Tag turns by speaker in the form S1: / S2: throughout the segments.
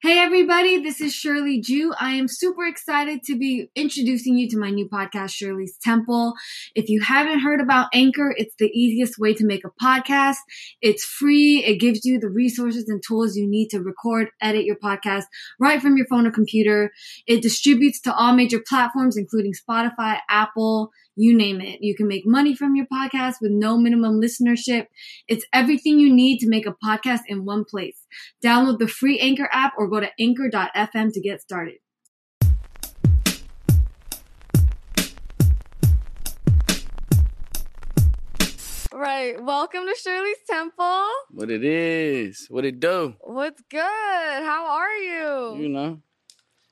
S1: Hey everybody, this is Shirley Jew. I am super excited to be introducing you to my new podcast, Shirley's Temple. If you haven't heard about Anchor, it's the easiest way to make a podcast. It's free. It gives you the resources and tools you need to record, edit your podcast right from your phone or computer. It distributes to all major platforms, including Spotify, Apple, you name it. You can make money from your podcast with no minimum listenership. It's everything you need to make a podcast in one place. Download the free Anchor app or go to anchor.fm to get started. Right. Welcome to Shirley's Temple.
S2: What it is, what it do.
S1: What's good? How are you?
S2: You know.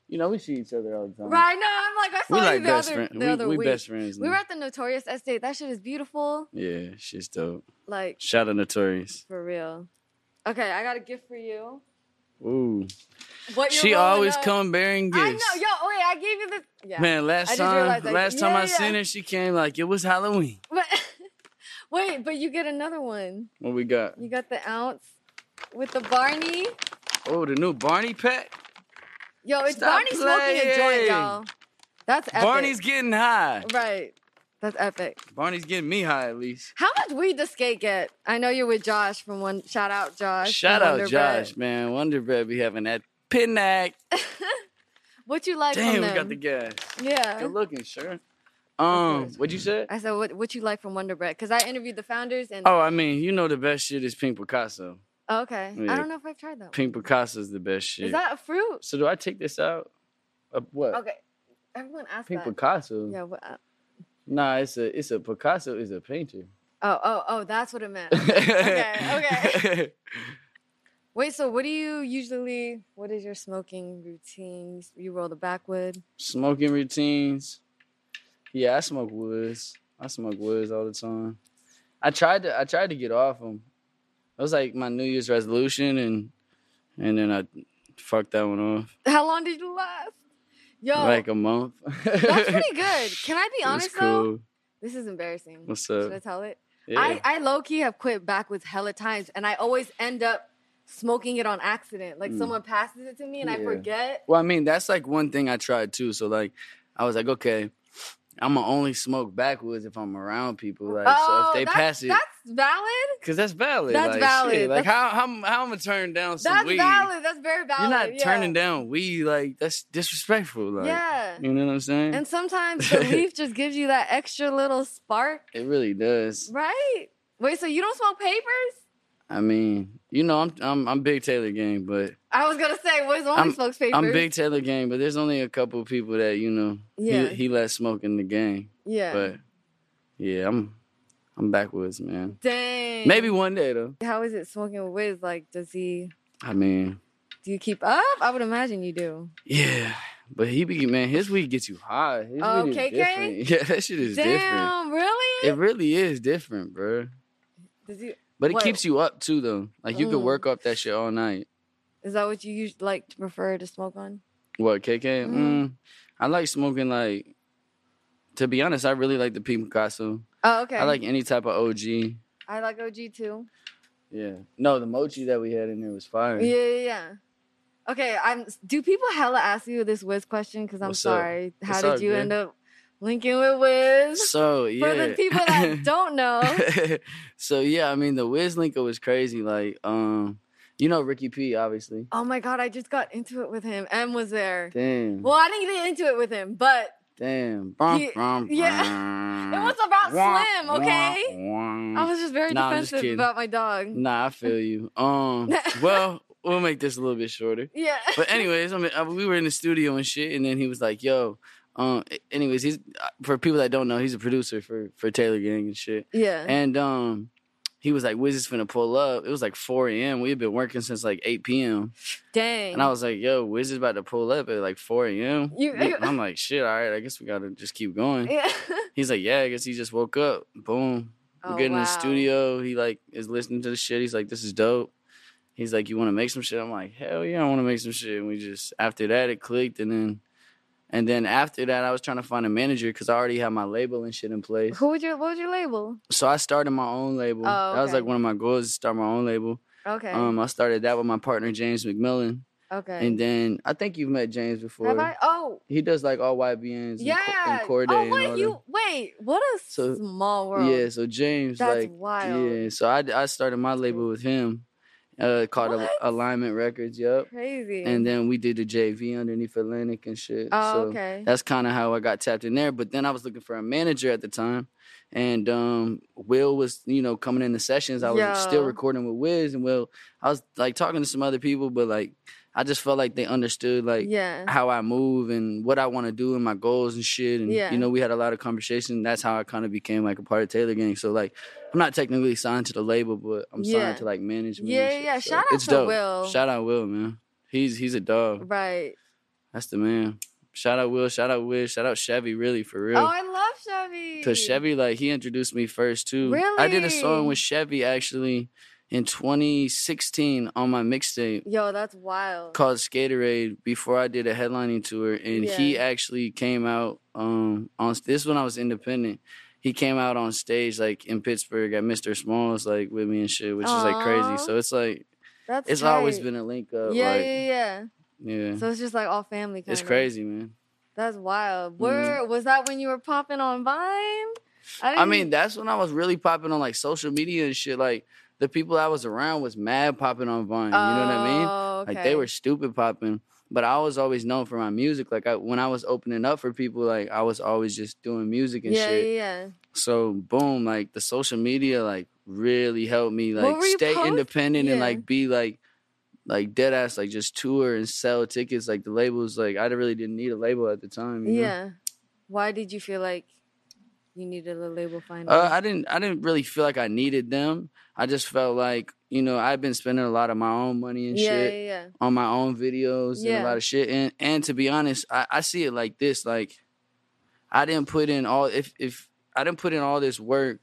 S2: You know, we see each other all the time.
S1: Oh. Right. No, I'm like, I saw
S2: We
S1: you
S2: like
S1: the
S2: best
S1: other,
S2: friends.
S1: the other
S2: We, we
S1: week.
S2: best friends.
S1: we were
S2: now.
S1: at the Notorious Estate. E. That shit is beautiful.
S2: yeah, shit's dope.
S1: Like,
S2: Shout out Notorious.
S1: for real. Okay, I got a gift for you.
S2: Ooh.
S1: What you're
S2: She
S1: rolling
S2: always
S1: up-
S2: come bearing
S1: I know.
S2: gifts.
S1: Yo, wait, I gave you this. Yeah.
S2: Man,
S1: I
S2: last
S1: just
S2: time,
S1: realized, like,
S2: last time
S1: yeah,
S2: I
S1: yeah.
S2: seen her, she came like it was Halloween.
S1: But, wait, but you get another one.
S2: What we got?
S1: You got the ounce with the Barney.
S2: Oh, the new Barney pack.
S1: Yo, it's
S2: Stop
S1: Barney smoking a joint,
S2: playing.
S1: y'all. That's epic.
S2: Barney's getting high.
S1: right. That's epic.
S2: Barney's getting me high at least.
S1: How much weed does Skate get? I know you're with Josh from one. Shout out Josh. from
S2: Shout out
S1: Wonder Bread.
S2: Josh, man. Wonder Bread be having that pinac.
S1: What you like
S2: Damn,
S1: from
S2: we
S1: them?
S2: got the gas.
S1: yeah.
S2: Good looking, sure.
S1: course.
S2: Um, what you said?
S1: I said, what, what you like from Wonder Bread? Because I interviewed the founders and.
S2: Oh, I mean, you know the best shit is Pink Picasso.
S1: Oh, okay. I
S2: yeah.
S1: don't know if I've tried that. one.
S2: Pink Picasso's the best shit.
S1: Is that a fruit?
S2: so do I take this out? Uh, what?
S1: Okay. Everyone asked
S2: Pink
S1: that.
S2: Picasso?
S1: Yeah. What, uh,
S2: Nah, it's a it's a Picasso is a painter.
S1: oh, oh, oh, that's what it meant. okay.
S2: okay.
S1: Wait, so what do you usually, what is your smoking routine? You roll the backwood?
S2: Smoking routines. Yeah, I smoke woods. I smoke woods all the time. I tried to I tried to get off them. It was like my New Year's resolution, and and then I fucked that one off.
S1: How long did you last? Yo,
S2: like a month.
S1: that's pretty good. Can I be
S2: It was
S1: honest though?
S2: cool.
S1: This is embarrassing.
S2: What's
S1: Should I
S2: up?
S1: tell it?
S2: Yeah.
S1: I, I low key have quit backwards hella times and I always end up smoking it on accident. Like
S2: Mm.
S1: someone passes it to me and I
S2: Yeah.
S1: forget.
S2: well, I mean, that's like one thing I tried too. So like, I was like, okay, I'm gonna only smoke backwoods if I'm around people. Like,
S1: oh,
S2: so if they
S1: that's,
S2: pass it,
S1: that's valid.
S2: because that's valid.
S1: That's
S2: like,
S1: valid.
S2: Shit, like how how how I'm gonna turn down some
S1: That's
S2: weed?
S1: valid. That's very valid.
S2: You're not
S1: yeah.
S2: turning down weed. Like that's disrespectful. Like,
S1: yeah.
S2: you know what I'm saying?
S1: And sometimes the leaf just gives you that extra little spark
S2: it really does.
S1: Right. Wait, so you don't smoke papers?
S2: I mean, you know, I'm I'm I'm big Taylor gang, but
S1: I was gonna say, where's only
S2: I'm-
S1: smokes papers?
S2: I'm big Taylor gang, but there's only a couple people that you know.
S1: Yeah.
S2: He, he let smoke in the gang.
S1: Yeah.
S2: But yeah, I'm I'm backwards, man.
S1: Dang.
S2: Maybe one day though.
S1: How is it smoking with? Like, does he?
S2: I mean,
S1: Do you keep up? I would imagine you do.
S2: yeah. But he be man, his weed gets you high. His
S1: Oh,
S2: weed is
S1: KK?
S2: different. Yeah, that shit is different.
S1: Damn, really?
S2: It really is different, bro.
S1: does he?
S2: But it
S1: What?
S2: keeps you up too though. Like you could
S1: Mm.
S2: work up that shit all night.
S1: Is that what you usually like to prefer to smoke on?
S2: What, KK?
S1: Mhm.
S2: Mm. I like smoking like to be honest, I really like the Pink Picasso.
S1: Oh, okay.
S2: I like any type of OG.
S1: I like OG too.
S2: Yeah. No, the mochi that we had in there was fire.
S1: Yeah, yeah, yeah. Okay, I'm. Do people hella ask you this Wiz question? Because I'm
S2: What's up?
S1: sorry. How
S2: What's
S1: did
S2: up,
S1: you
S2: man?
S1: end up linking with Wiz?
S2: So yeah.
S1: For the people that don't know,
S2: so yeah, I mean the Wiz Linker was crazy. Like, um, You know Ricky P, obviously.
S1: Oh my god, I just got into it with him. M was there.
S2: Damn.
S1: Well, I didn't get into it with him, but
S2: Damn.
S1: He-
S2: Brum,
S1: yeah.
S2: brum,
S1: it was about
S2: Mm. wah,
S1: Slim,
S2: wah,
S1: okay?
S2: wah.
S1: I was just very
S2: Nah, I'm just
S1: defensive
S2: kidding.
S1: about my dog.
S2: Nah, I feel you. Um, well, we'll make this a little bit shorter.
S1: Yeah.
S2: But anyways, I mean, uh, we were in the studio and shit, and then he was like, "Yo." Um. Anyways, he's uh, for people that don't know, he's a producer for for Taylor Gang and shit.
S1: yeah.
S2: And um, he was like, "Wiz is finna pull up." It was like 4 a.m. We had been working since like 8 p.m.
S1: Dang.
S2: And I was like, "Yo, Wiz is about to pull up at like 4 a.m."
S1: You-
S2: And I'm like, "Shit, all right, I guess we gotta just keep going."
S1: yeah.
S2: He's like, "Yeah, I guess he just woke up." Boom. We
S1: Oh,
S2: get in
S1: wow.
S2: the studio. He like is listening to the shit. He's like, "This is dope." He's like, "You want to make some shit?" I'm like, "Hell yeah, I want to make some shit." And we just after that it clicked, and then and then after that I was trying to find a manager because I already had my label and shit in place.
S1: Who would your what would your label?
S2: So I started my own label.
S1: Oh,
S2: That was
S1: okay.
S2: like one of my goals to start my own label.
S1: Okay.
S2: Um, I started that with my partner James McMillan,
S1: okay.
S2: and then I think you've met James before.
S1: Have I? Oh.
S2: He does like all YBNs
S1: Yeah.
S2: and, Co- and Corday
S1: oh
S2: and all
S1: wait,
S2: that.
S1: you wait. What a
S2: So-
S1: small world.
S2: Yeah, so James,
S1: That's
S2: like,
S1: wild.
S2: yeah, so I, I started my label with him, uh, called Al-
S1: What?
S2: Alignment Records, yep.
S1: Crazy.
S2: And then we did the JV underneath Atlantic and shit.
S1: oh,
S2: so
S1: okay.
S2: that's kind of how I got tapped in there. But then I was looking for a manager at the time, and um, Will was, you know, coming in the sessions. I was still
S1: Yeah.
S2: recording with Wiz, and Will, I was like talking to some other people, but like I just felt like they understood like
S1: yeah.
S2: how I move and what I want to do and my goals and shit. And
S1: Yeah.
S2: you know, we had a lot of conversation. That's how I kind of became like a part of Taylor Gang. So like, I'm not technically signed to the label, but I'm
S1: Yeah.
S2: signed to like management.
S1: Yeah,
S2: and shit.
S1: yeah.
S2: So
S1: Shout out
S2: it's
S1: to
S2: dope.
S1: Will.
S2: Shout out Will, man. He's he's a dog.
S1: Right.
S2: That's the man. Shout out Will. Shout out Wiz. Shout out Chevy. Really, for real.
S1: Oh, I love Chevy.
S2: Cause Chevy, like, he introduced me first too. I did a song
S1: Really?
S2: with Chevy actually in 2016 on my mixtape
S1: Yo, that's wild.
S2: called Skaterade before I did a headlining tour, and he actually came out um on this when I was independent. He came out on stage like in Pittsburgh at Mr. Smalls like with me and shit, which is like
S1: Aw.
S2: crazy. So it's like
S1: that's
S2: it's always
S1: tight.
S2: been a link up.
S1: yeah,
S2: like,
S1: yeah, yeah.
S2: yeah.
S1: So it's just like all family. Kinda.
S2: it's crazy, Mm-hmm. man.
S1: That's wild. Where was that when you were popping on Vine? I,
S2: I
S1: didn't-
S2: mean, that's when I was really popping on like social media and shit. Like the people I was around was mad popping on Vine. you know what I mean?
S1: Oh,
S2: Like they
S1: okay.
S2: were stupid popping. But I was always known for my music. Like I, when I was opening up for people, like I was always just doing music and
S1: yeah,
S2: shit.
S1: yeah, yeah.
S2: So boom, like the social media like really helped me
S1: What
S2: like
S1: were you
S2: stay
S1: post-
S2: independent and
S1: Yeah.
S2: like be like like dead ass like just tour and sell tickets like the labels like I really didn't need a label at the time. you know?
S1: Yeah. Why did you feel like you needed a label finally?
S2: Uh, I didn't I didn't really feel like I needed them. I just felt like, you know, I've been spending a lot of my own money and
S1: yeah,
S2: shit.
S1: yeah, yeah.
S2: on my own videos
S1: Yeah.
S2: and a lot of shit. And and to be honest, I, I see it like this: like I didn't put in all if if I didn't put in all this work.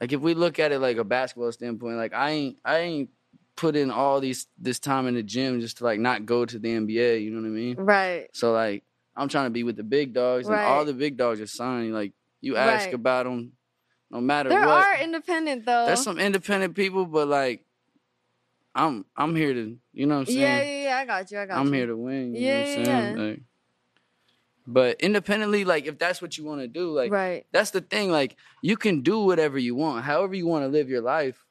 S2: Like if we look at it like a basketball standpoint, like I ain't I ain't put in all these this time in the gym just to like not go to the NBA. You know what I mean?
S1: Right.
S2: So like I'm trying to be with the big dogs, and all
S1: Right.
S2: the big dogs are signed. Like you ask
S1: Right.
S2: about them, no matter
S1: There
S2: what.
S1: are independent though.
S2: There's some independent people, but like I'm I'm here to you know what I'm saying.
S1: yeah, yeah, yeah. I got you. I got you.
S2: I'm here to win. You know
S1: Yeah,
S2: what
S1: yeah,
S2: I'm saying? Like, but independently, like if that's what you want to do, like
S1: right.
S2: that's the thing. Like you can do whatever you want, however you want to live your life.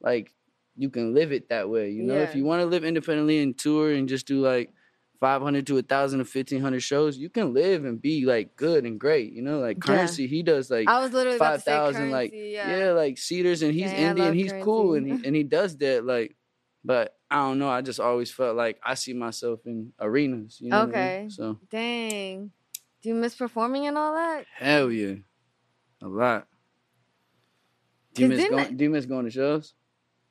S2: Like you can live it that way. You know, if
S1: Yeah.
S2: you want to live independently and tour and just do like 500 to 1,000 or 1,500 shows, you can live and be like good and great. You know, like
S1: Yeah.
S2: currency, he does like
S1: I was literally about to
S2: five
S1: say
S2: thousand, like
S1: currency,
S2: yeah. like Cedars, and he's
S1: Dang, I
S2: Indian,
S1: love
S2: he's cool, and
S1: currency.
S2: he and he does that, like. But I don't know. I just always felt like I see myself in arenas. You know what I mean?
S1: Okay.
S2: So
S1: Dang. Do you miss performing and all that?
S2: hell yeah, a lot. Do you
S1: 'Cause
S2: miss
S1: didn't
S2: going? Do you miss going to shows?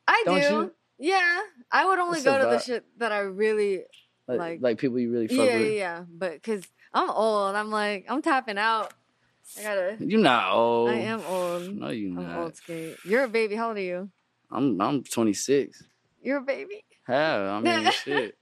S1: I
S2: Don't
S1: do.
S2: you?
S1: Yeah. I would only
S2: It's a
S1: go to the
S2: vibe.
S1: shit that I really
S2: Like, like,
S1: Like-
S2: people you really
S1: Yeah,
S2: fuck
S1: yeah,
S2: with?
S1: yeah. But cuz I'm old. I'm like I'm tapping out. I got to
S2: You're not old.
S1: I am old.
S2: No, you
S1: I'm
S2: not.
S1: old skate. You're a baby. How old are you?
S2: I'm I'm 26.
S1: You're a baby.
S2: Hell, I mean shit.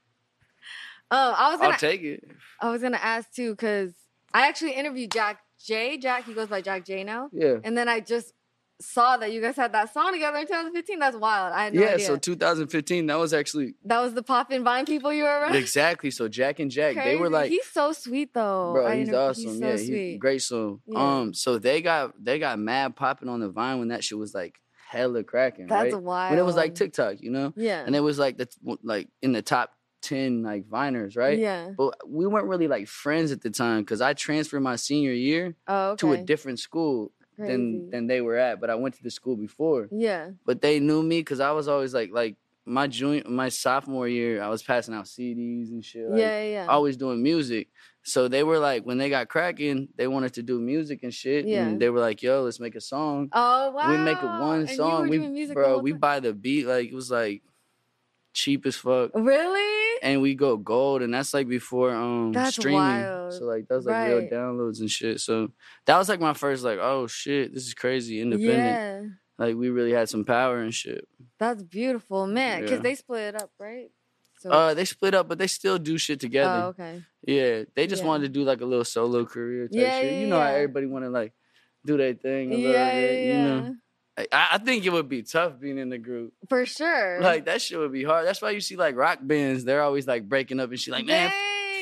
S1: Oh, I was gonna
S2: I'll take it.
S1: I was gonna ask too, cause I actually interviewed Jack J. Jack, he goes by Jack J now.
S2: Yeah.
S1: And then I just saw that you guys had that song together in 2015. That's wild. I had no
S2: yeah.
S1: idea.
S2: So 2015. That was actually
S1: that was the pop and vine people you were around.
S2: exactly. So Jack and Jack, they were
S1: Crazy.
S2: like
S1: he's so sweet though.
S2: Bro,
S1: Oh, I
S2: he's
S1: inter-
S2: awesome.
S1: He's so
S2: yeah,
S1: sweet.
S2: he's great song.
S1: Yeah.
S2: Um, so they got they got mad popping on the vine when that shit was like hella cracking.
S1: That's
S2: right?
S1: wild.
S2: When it was like TikTok, you know,
S1: Yeah.
S2: and it was like the like in the top ten like Viners, right?
S1: Yeah.
S2: But we weren't really like friends at the time because I transferred my senior year
S1: Oh, okay.
S2: to a different school than
S1: Crazy.
S2: than they were at. But I went to the school before,
S1: Yeah.
S2: but they knew me because I was always like like my junior my sophomore year I was passing out CDs and shit. Like, oh,
S1: yeah. Yeah.
S2: always doing music. So they were like, when they got cracking, they wanted to do music and shit.
S1: Yeah.
S2: And they were like, yo, let's make a song.
S1: Oh wow!
S2: We make a one
S1: And you
S2: song.
S1: were
S2: we
S1: doing music the
S2: bro,
S1: whole
S2: we
S1: time.
S2: buy the beat. Like it was like cheap as fuck.
S1: really?
S2: And we go gold, and that's like before um
S1: That's
S2: streaming.
S1: wild.
S2: So like that was like real
S1: Right.
S2: downloads and shit. So that was like my first like, oh shit, this is crazy, independent.
S1: Yeah,
S2: Like we really had some power and shit.
S1: that's beautiful, man. Because
S2: Yeah.
S1: they split it up, right? So,
S2: Uh, they split up, but they still do shit together.
S1: oh, okay.
S2: Yeah, they just
S1: Yeah.
S2: wanted to do like a little solo career type
S1: Yeah,
S2: shit. You
S1: yeah,
S2: know how
S1: yeah.
S2: everybody want to like do their thing a
S1: Yeah,
S2: little
S1: yeah,
S2: bit. You
S1: yeah.
S2: know, I, I think it would be tough being in the group.
S1: for sure.
S2: Like that shit would be hard. That's why you see like rock bands. They're always like breaking up and shit. Like man, f-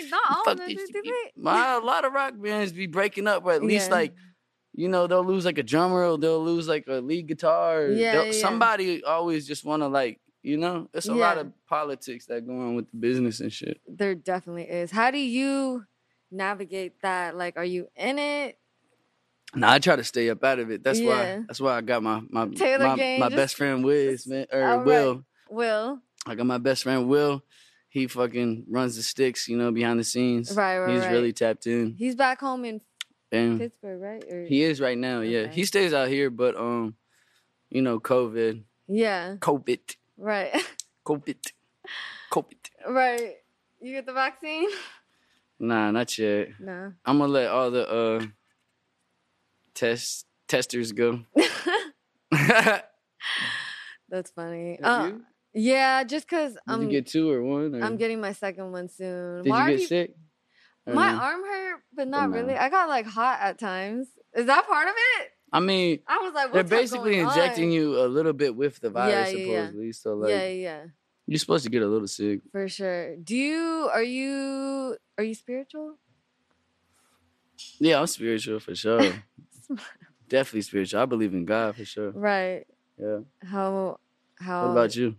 S1: Dang, not all
S2: fuck
S1: of them.
S2: these.
S1: Did they?
S2: My, a lot of rock bands be breaking up, or at least
S1: Yeah.
S2: like. You know they'll lose like a drummer, or they'll lose like a lead guitar. or
S1: Yeah,
S2: they'll-
S1: yeah, yeah.
S2: Somebody always just want to like, you know, it's a lot
S1: Yeah.
S2: of politics that go on with the business and shit.
S1: There definitely is. How do you navigate that? Like, are you in it?
S2: No, I try to stay up out of it. That's
S1: Yeah.
S2: why. That's why I got my my
S1: Taylor
S2: my,
S1: gang,
S2: my
S1: just-
S2: best friend Wiz, man, or
S1: All right.
S2: Will.
S1: Will
S2: I got my best friend Will. He fucking runs the sticks, you know, behind the scenes.
S1: Right, right,
S2: He's
S1: right.
S2: really tapped in,
S1: he's back home in
S2: and
S1: Pittsburgh, right? Or,
S2: he is right now. Yeah,
S1: Okay.
S2: he stays out here, but um, you know, COVID,
S1: yeah,
S2: COVID,
S1: right,
S2: COVID, COVID.
S1: right. You get the vaccine?
S2: Nah, not yet.
S1: No.
S2: I'm gonna let all the uh test testers go.
S1: That's funny.
S2: Have
S1: Uh,
S2: you?
S1: yeah, just because
S2: Did you
S1: I'm,
S2: get two or one? Or
S1: I'm getting my second one soon.
S2: Did
S1: My arm
S2: you
S1: keep-
S2: get sick? Or
S1: My
S2: no?
S1: arm hurt, but not
S2: no.
S1: really. I got like hot at times. Is that part of it?
S2: I mean,
S1: I was like,
S2: they're
S1: what's up
S2: basically
S1: going
S2: injecting
S1: on?
S2: you a little bit with the virus,
S1: yeah, yeah.
S2: supposedly. So like,
S1: yeah, yeah,
S2: you're supposed to get a little sick.
S1: for sure. Do you are you are you spiritual?
S2: Yeah, I'm spiritual for sure. Definitely spiritual. I believe in God for sure.
S1: Right.
S2: Yeah.
S1: How how
S2: What about you?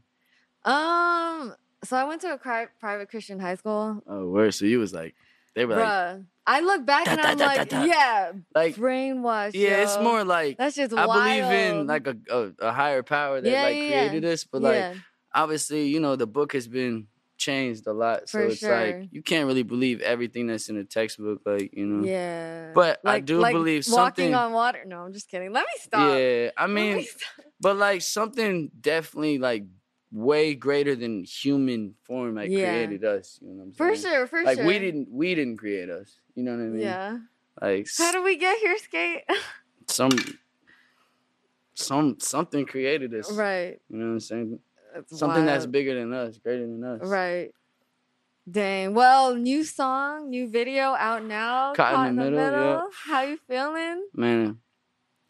S1: Um. So I went to a cri- private Christian high school.
S2: Oh, word. So you was like, they were like,
S1: Bruh, I look back
S2: Da,
S1: and
S2: da,
S1: I'm
S2: da, da,
S1: like,
S2: da.
S1: yeah,
S2: like,
S1: brainwashed.
S2: yeah, it's
S1: yo.
S2: more like
S1: That's just
S2: I
S1: wild.
S2: believe in like a, a, a higher power that
S1: Yeah,
S2: like
S1: yeah, yeah.
S2: created us, but like
S1: yeah,
S2: obviously, you know, the book has been changed a lot, so
S1: For
S2: it's
S1: sure.
S2: like you can't really believe everything that's in a textbook, like you know.
S1: yeah.
S2: But I
S1: like,
S2: do
S1: like
S2: believe something-
S1: Walking on water. No, I'm just kidding. Let me stop.
S2: Yeah, I
S1: Let
S2: mean,
S1: me stop.
S2: but like something definitely like way greater than human form like
S1: Yeah.
S2: created us. You know what I'm saying?
S1: for sure, for
S2: Like
S1: sure.
S2: we didn't we didn't create us. You know what I mean?
S1: Yeah.
S2: Like s-
S1: How do we get here, skate?
S2: some some something created us.
S1: right.
S2: You know what I'm saying?
S1: That's
S2: Something that's
S1: wild.
S2: bigger than us, greater than us.
S1: Right. Dang. Well, new song, new video out now.
S2: Caught in the Middle, yeah.
S1: How you feeling?
S2: Man.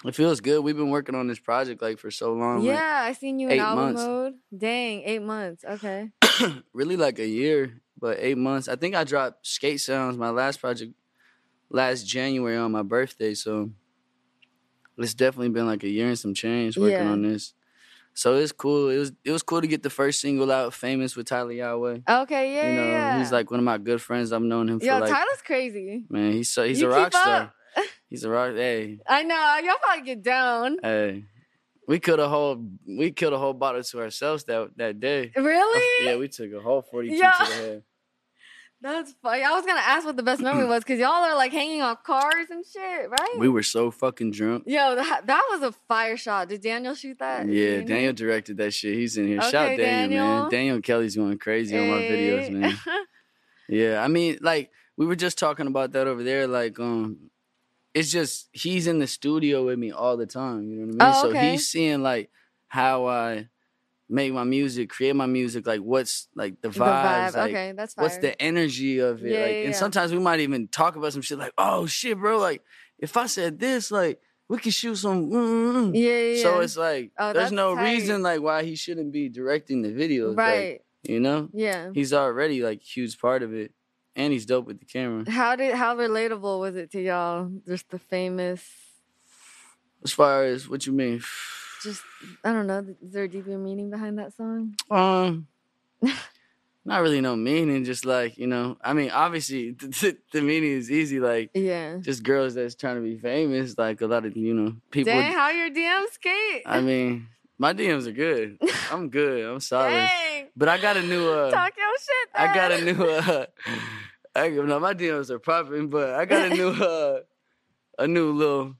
S2: It feels good. We've been working on this project like for so long. like,
S1: yeah, I seen you
S2: eight
S1: in album
S2: months.
S1: mode. Dang, eight months. Okay.
S2: really like a year, but eight months. I think I dropped Skate Sounds, my last project, last January on my birthday. So it's definitely been like a year and some change working
S1: Yeah.
S2: on this. So it's cool. It was it was cool to get the first single out, famous with Tyler Yahweh.
S1: Okay. Yeah.
S2: you know,
S1: yeah.
S2: he's like one of my good friends. I've known him for
S1: Yo,
S2: like
S1: Tyler's crazy.
S2: man, he's so, he's
S1: You
S2: a rock
S1: keep up.
S2: star. He's a rock. Hey,
S1: I know. Y'all probably get down.
S2: hey, we killed a whole we killed a whole bottle to ourselves that that day.
S1: Really?
S2: Oh, Yeah, we took a whole forty two
S1: Yeah.
S2: to the head.
S1: That's funny. I was gonna ask what the best memory was because y'all are like hanging on cars and shit, right?
S2: We were so fucking drunk.
S1: Yo, that, that was a fire shot. Did Daniel shoot that?
S2: Yeah,
S1: Daniel?
S2: Daniel directed that shit. He's in here. Shout
S1: Okay,
S2: Daniel, man.
S1: Daniel. Eh.
S2: Daniel Kelly's going crazy on my videos,
S1: Hey.
S2: man. Yeah, I mean, like we were just talking about that over there. Like, um, it's just he's in the studio with me all the time. You know what I mean?
S1: Oh,
S2: So
S1: okay.
S2: he's seeing like how I make my music, create my music. Like, what's like the vibes?
S1: the vibe.
S2: Like,
S1: okay, that's fire.
S2: what's the energy of it?
S1: Yeah,
S2: like,
S1: yeah,
S2: and
S1: yeah.
S2: sometimes we might even talk about some shit. Like, oh shit, bro. Like, if I said this, like, we could shoot some. mm, mm, mm."
S1: Yeah, yeah. yeah.
S2: So it's like
S1: Oh,
S2: there's
S1: that's
S2: no
S1: tight.
S2: reason like why he shouldn't be directing the videos. like,
S1: right.
S2: you know?
S1: yeah.
S2: He's already like huge part of it. And he's dope with the camera.
S1: How did how relatable was it to y'all? Just the famous.
S2: As far as what you mean.
S1: just I don't know. Is there a deeper meaning behind that song?
S2: Um, not really no meaning. Just like you know, I mean, obviously the, the meaning is easy. Like
S1: Yeah.
S2: just girls that's trying to be famous. Like a lot of you know people.
S1: Dang, how your DMs skate?
S2: I mean, my DMs are good. I'm good. I'm solid.
S1: Dang.
S2: But I got a new. Uh,
S1: Talk your shit.
S2: I got a
S1: then.
S2: new. Uh, I, no, my DMs are popping, but I got a new. Uh, a new little.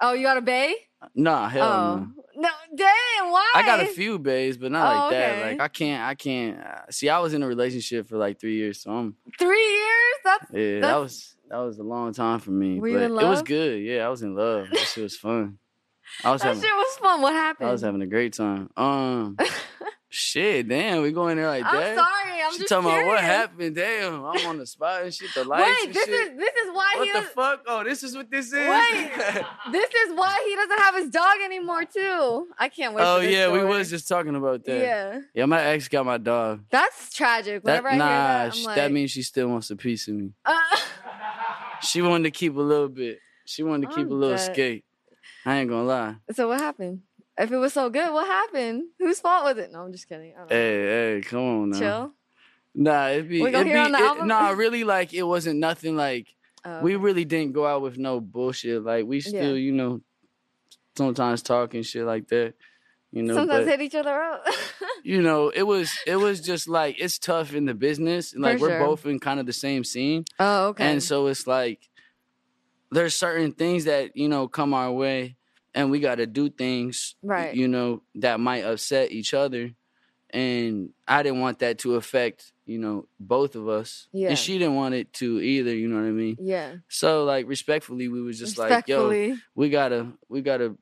S1: Oh, you got a bay?
S2: Nah, hell no.
S1: oh. No, dang, why?
S2: I got a few bays, but not
S1: Oh,
S2: like that.
S1: okay.
S2: Like I can't, I can't. uh, See, I was in a relationship for like three years, so I'm.
S1: Three years? That's
S2: Yeah, that
S1: That's-
S2: was that was a long time for me.
S1: Were
S2: but
S1: you in
S2: It was
S1: love?
S2: good. Yeah, I was in love. That shit was fun. I was
S1: that
S2: having,
S1: shit was fun. What happened?
S2: I was having a great time. Um, shit, damn, we going there like
S1: I'm
S2: that.
S1: sorry. I'm
S2: she
S1: just
S2: talking
S1: curious.
S2: about what happened. Damn, I'm on the spot and shit. The lights
S1: Wait,
S2: and
S1: this
S2: shit.
S1: is this is why he
S2: what the
S1: does-
S2: fuck? Oh, this is what this is.
S1: Wait. this is why he doesn't have his dog anymore too. I can't wait.
S2: oh
S1: for this
S2: yeah, we
S1: story.
S2: was just talking about that.
S1: Yeah,
S2: Yeah, my ex got my dog.
S1: that's tragic.
S2: That,
S1: Whenever I
S2: nah,
S1: hear that, I'm
S2: sh-
S1: like,
S2: that means she still wants a piece of me.
S1: Uh,
S2: She wanted to keep a little bit. She wanted to keep
S1: I'm
S2: a little
S1: dead.
S2: skate. I ain't gonna lie.
S1: so what happened? If it was so good, what happened? Whose fault was it? No, I'm just kidding. I don't know.
S2: Hey, hey, come on now.
S1: Chill.
S2: Nah, it'd be,
S1: We gonna
S2: it'd be
S1: hear on the
S2: it-
S1: album?
S2: nah, really like it wasn't nothing like
S1: Oh,
S2: we
S1: okay.
S2: really didn't go out with no bullshit. Like we
S1: Yeah.
S2: still, you know, sometimes talk and shit like that. You know,
S1: sometimes
S2: but
S1: hit each other up.
S2: you know, it was it was just like it's tough in the business. And,
S1: For
S2: like we're
S1: sure.
S2: both in kind of the same scene.
S1: oh, okay.
S2: And so it's like there's certain things that, you know, come our way and we got to do things, y-
S1: Right.
S2: you know, that might upset each other. And I didn't want that to affect, you know, both of us.
S1: Yeah.
S2: And she didn't want it to either, you know what I mean?
S1: yeah,
S2: So like respectfully, we was just like, yo,
S1: respectfully.
S2: we got to we got to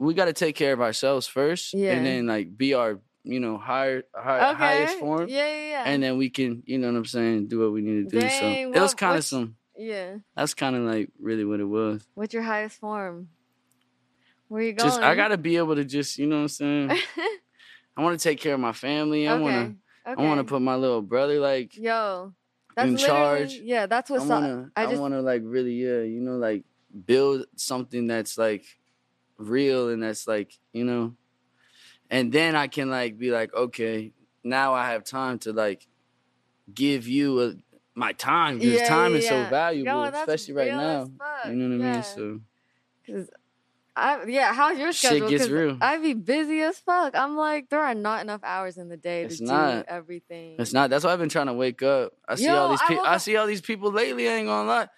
S2: we got to take care of ourselves first
S1: Yeah.
S2: and then like be our, you know, higher, high,
S1: okay.
S2: highest form.
S1: Yeah, yeah, yeah.
S2: And then we can, you know what I'm saying, do what we need to do.
S1: Dang,
S2: so it was
S1: what-
S2: kind of
S1: what's-
S2: some
S1: yeah.
S2: that's kind of like really what it was.
S1: What's your highest form? Where you going?
S2: Just I gotta be able to just you know what I'm saying. I want to take care of my family. I wanna I wanna put my little brother like
S1: yo. That's
S2: in
S1: literally-
S2: charge.
S1: Yeah, that's
S2: I
S1: what's up.
S2: wanna I,
S1: I just
S2: wanna like really yeah you know like build something that's like real and that's like you know, and then I can like be like okay now I have time to like give you a, my time because
S1: Yeah,
S2: time
S1: yeah,
S2: is
S1: yeah.
S2: so
S1: Yo,
S2: valuable
S1: that's
S2: especially right
S1: real
S2: now
S1: as fuck,
S2: you know what I
S1: yeah.
S2: mean so
S1: 'Cause I, yeah, how's your
S2: Shit
S1: schedule?
S2: gets
S1: 'Cause
S2: real.
S1: I be busy as fuck. I'm like, there are not enough hours in the day
S2: It's
S1: to
S2: not.
S1: do everything.
S2: It's not. That's why I've been trying to wake up. I see all
S1: Yo,
S2: these.
S1: I
S2: Pe-
S1: woke
S2: I,
S1: up-
S2: see all these people lately. I ain't gonna lie.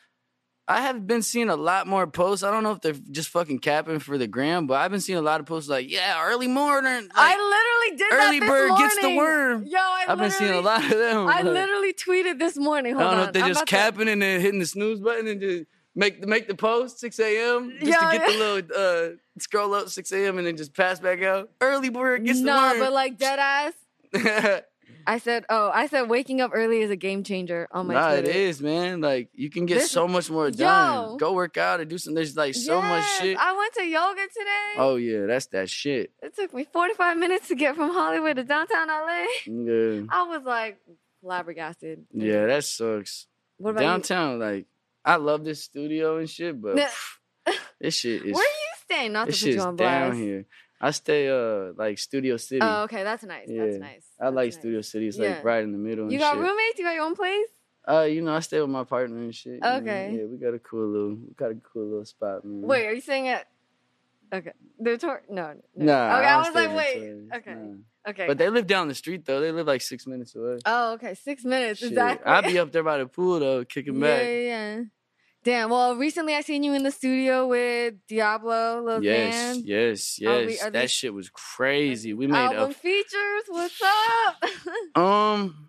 S2: I have been seeing a lot more posts. I don't know if they're just fucking capping for the gram, but I've been seeing a lot of posts like, "Yeah, early morning." Like,
S1: I literally did
S2: early
S1: that this
S2: bird gets the
S1: morning.
S2: worm.
S1: Yo, I
S2: have been seeing a
S1: literally-
S2: lot of them.
S1: I
S2: like,
S1: literally tweeted this morning.
S2: I
S1: Hold
S2: don't know
S1: on.
S2: if they're
S1: I'm
S2: just
S1: about to-
S2: capping and then hitting the snooze button and just make make the post six a.m. just
S1: Yeah,
S2: to get
S1: yeah.
S2: the little uh, scroll up six a.m. and then just pass back out. Early bird gets
S1: Nah,
S2: the
S1: but
S2: worm.
S1: like dead ass.
S2: Like,
S1: I said, oh, I said waking up early is a game changer on my
S2: nah,
S1: Twitter.
S2: it is, man. Like you can get
S1: This-
S2: so much more done.
S1: Yo.
S2: Go work out and do some. There's like so much
S1: Yes,
S2: shit.
S1: I went to yoga today.
S2: Oh yeah, that's that shit.
S1: It took me 45 minutes to get from Hollywood to downtown LA.
S2: Yeah,
S1: I was like flabbergasted.
S2: yeah, that sucks.
S1: What about
S2: Downtown, like I love this studio and shit,
S1: you?
S2: but
S1: No,
S2: this shit
S1: Where
S2: is
S1: are you staying? Not to
S2: this
S1: put you
S2: shit's
S1: on
S2: down
S1: blast.
S2: here. I stay uh like Studio City.
S1: Oh, okay, that's nice.
S2: Yeah.
S1: That's nice.
S2: I like
S1: That's nice.
S2: Studio City. It's
S1: Yeah.
S2: like right in the middle. And
S1: You got
S2: shit.
S1: roommates? You got your own place?
S2: Uh, you know, I stay with my partner and shit. you know?
S1: Okay.
S2: Yeah, we got a cool little, we got a cool little spot, man.
S1: Wait, are you staying at? Okay, the tour? No, no.
S2: Nah.
S1: okay, I, was
S2: don't stay
S1: like, wait.
S2: in Victoria's,
S1: Okay,
S2: nah.
S1: okay.
S2: But they live down the street though. They live like six minutes away.
S1: oh, okay, six minutes
S2: Shit.
S1: exactly.
S2: I'd be up there by the pool though,
S1: yeah,
S2: kicking back.
S1: yeah, yeah. Damn. Well, recently I seen you in the studio with Diablo, Lil
S2: Yes,
S1: Xan,
S2: yes,
S1: Are we-
S2: yes.
S1: are
S2: that
S1: these-
S2: shit was crazy. We made
S1: album
S2: a
S1: features. What's up?
S2: um,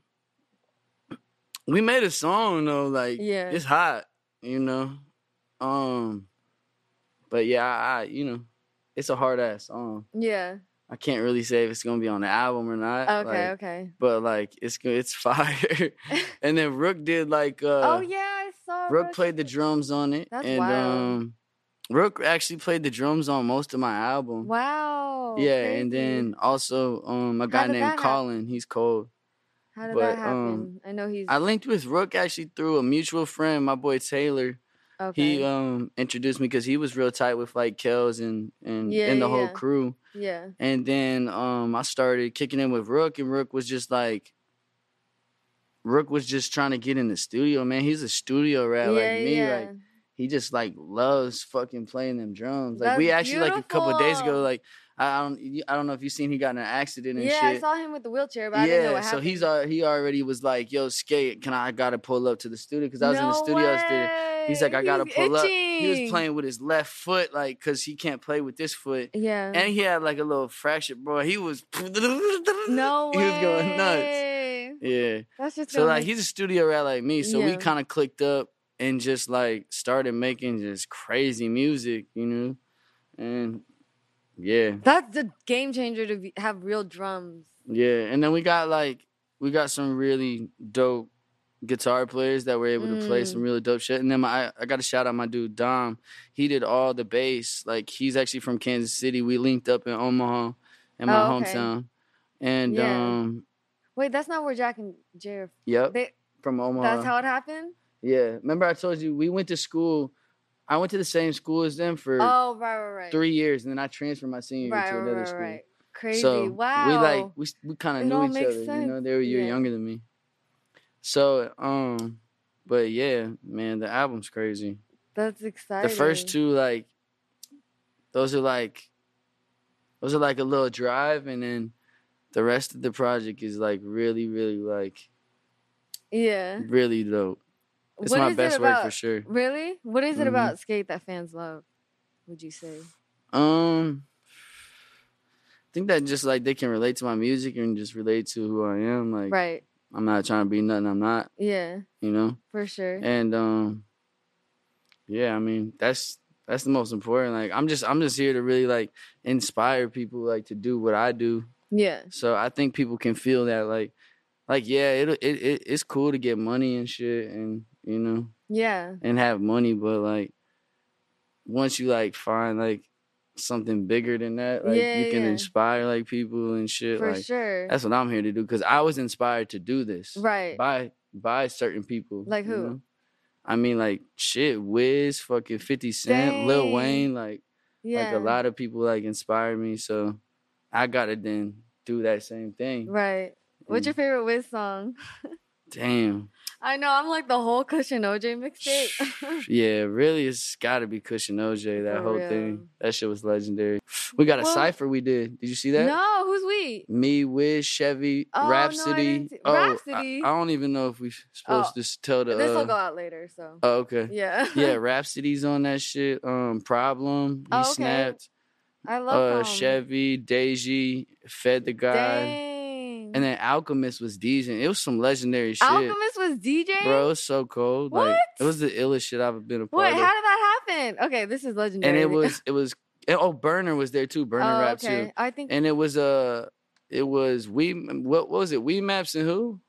S2: we made a song though. Like,
S1: Yeah.
S2: it's hot, you know. Um, but yeah, I, I you know, it's a hard ass song.
S1: yeah.
S2: I can't really say if it's gonna be on the album or not.
S1: Okay.
S2: like,
S1: okay.
S2: But like, it's go- it's fire. and then Rook did like uh,
S1: oh yeah, I saw.
S2: Rook
S1: Rook's-
S2: played the drums on it.
S1: That's
S2: and
S1: wild.
S2: um Rook actually played the drums on most of my album.
S1: Wow.
S2: yeah, and
S1: crazy.
S2: then also um a guy
S1: did that
S2: named
S1: hap-
S2: Colin, he's cold.
S1: How did
S2: but,
S1: that
S2: um,
S1: happen? I know he's.
S2: I linked with Rook actually through a mutual friend, my boy Taylor.
S1: Okay.
S2: He um introduced me because he was real tight with like Kels and and,
S1: Yeah,
S2: and the whole
S1: yeah.
S2: crew.
S1: yeah.
S2: And then um I started kicking in with Rook, and Rook was just like, Rook was just trying to get in the studio. Man, he's a studio rat like
S1: yeah,
S2: me.
S1: yeah.
S2: Like he just like loves fucking playing them drums. Like we
S1: That's
S2: actually like a couple days ago,
S1: beautiful.
S2: like I I don't you- I don't know if you seen he got in an accident and
S1: yeah,
S2: shit.
S1: I saw him with the wheelchair, but I didn't know what
S2: so
S1: happened.
S2: he's al- he already was like, "Yo, skate, can I, I gotta pull up to the studio?" Because I was in the
S1: No
S2: studio. yesterday. He's like,
S1: way.
S2: "I gotta
S1: He's
S2: pull up." He was
S1: itching.
S2: playing with his left foot, like, cause he can't play with this foot,
S1: Yeah.
S2: and he had like a little fracture, bro. He was
S1: no way.
S2: he was going nuts. Yeah,
S1: That's just
S2: so
S1: gonna
S2: like
S1: make-
S2: he's a studio rat like me, so we
S1: Yeah.
S2: kind of clicked up and just like started making just crazy music, you know, and yeah.
S1: That's the game changer to be, have real drums.
S2: Yeah, and then we got like we got some really dope guitar players that were able to play
S1: Mm.
S2: some really dope shit. And then my I got to shout out my dude Dom. He did all the bass. Like he's actually from Kansas City. We linked up in Omaha, in my
S1: Oh, okay.
S2: hometown. And
S1: Yeah.
S2: um,
S1: Wait, that's not where Jack and Jay are.
S2: yep,
S1: They,
S2: from Omaha.
S1: that's how it happened.
S2: yeah, remember I told you we went to school. I went to the same school as them for
S1: Oh, right, right, right.
S2: three years, and then I transferred my senior year
S1: right,
S2: to
S1: right,
S2: another
S1: right,
S2: school.
S1: right. Crazy.
S2: So
S1: wow.
S2: we like we s- we kind
S1: It
S2: of knew
S1: all
S2: each
S1: makes
S2: other. You know,
S1: sense,
S2: they were a year
S1: yeah.
S2: younger than me. So um, but yeah, man, the album's crazy.
S1: that's exciting.
S2: The first two like, those are like, those are like a little drive, and then the rest of the project is like really, really like
S1: Yeah.
S2: really dope. It's
S1: What
S2: my
S1: is it
S2: best work for
S1: about-
S2: sure.
S1: Really? What is it
S2: Mhm.
S1: about skate that fans love? Would you say?
S2: Um, I think that just like they can relate to my music and just relate to who I am. Like
S1: right.
S2: I'm not trying to be nothing. I'm not.
S1: Yeah.
S2: You know.
S1: For sure.
S2: and um yeah i mean that's that's the most important like i'm just i'm just here to really like inspire people like to do what i do
S1: yeah.
S2: so i think people can feel that like like yeah it'll, it it it's cool to get money and shit and you know
S1: Yeah.
S2: and have money but like once you like find like something bigger than that like
S1: Yeah,
S2: you can
S1: yeah.
S2: inspire like people and shit
S1: For
S2: like
S1: sure.
S2: that's what i'm here to do because i was inspired to do this
S1: Right.
S2: by by certain people.
S1: Like
S2: you
S1: who?
S2: know? I mean, like shit, Wiz, fucking Fifty Cent, Lil
S1: Dang.
S2: Wayne, like
S1: yeah.
S2: like a lot of people like inspire me. So I gotta then do that same thing.
S1: Right.
S2: Mm.
S1: What's your favorite Wiz song?
S2: Damn.
S1: I know I'm like the whole Cushion OJ mixtape.
S2: yeah, really, it's gotta be Cushion OJ. That
S1: For
S2: whole
S1: real.
S2: thing, that shit was legendary. We got a
S1: Well-
S2: cipher we did. Did you see that?
S1: no, who's we?
S2: Me, Wiz, Chevy,
S1: Oh, no, I
S2: Rhapsody.
S1: didn't see-
S2: Oh, I-
S1: Rhapsody? Oh,
S2: I, don't even know if we supposed to s- tell the.
S1: this will
S2: uh,
S1: go out later, so
S2: Oh, okay.
S1: yeah.
S2: yeah, Rhapsody's on that shit. Um, Problem, he
S1: Oh, okay.
S2: snapped.
S1: I love
S2: Uh,
S1: them.
S2: Chevy, Deji, Fed the guy,
S1: Dang.
S2: and then Alchemist was DJing. It was some legendary shit,
S1: Alchemist was DJ.
S2: bro. It was so cold. Like it
S1: What?
S2: was the illest shit I've been a part
S1: Wait,
S2: of.
S1: how did that happen? Okay, this is
S2: and
S1: legendary.
S2: it was it was and, oh Burner was there too. Burner
S1: oh,
S2: rap
S1: okay.
S2: too,
S1: I think
S2: and it was uh it was we what, what was it we maps and who.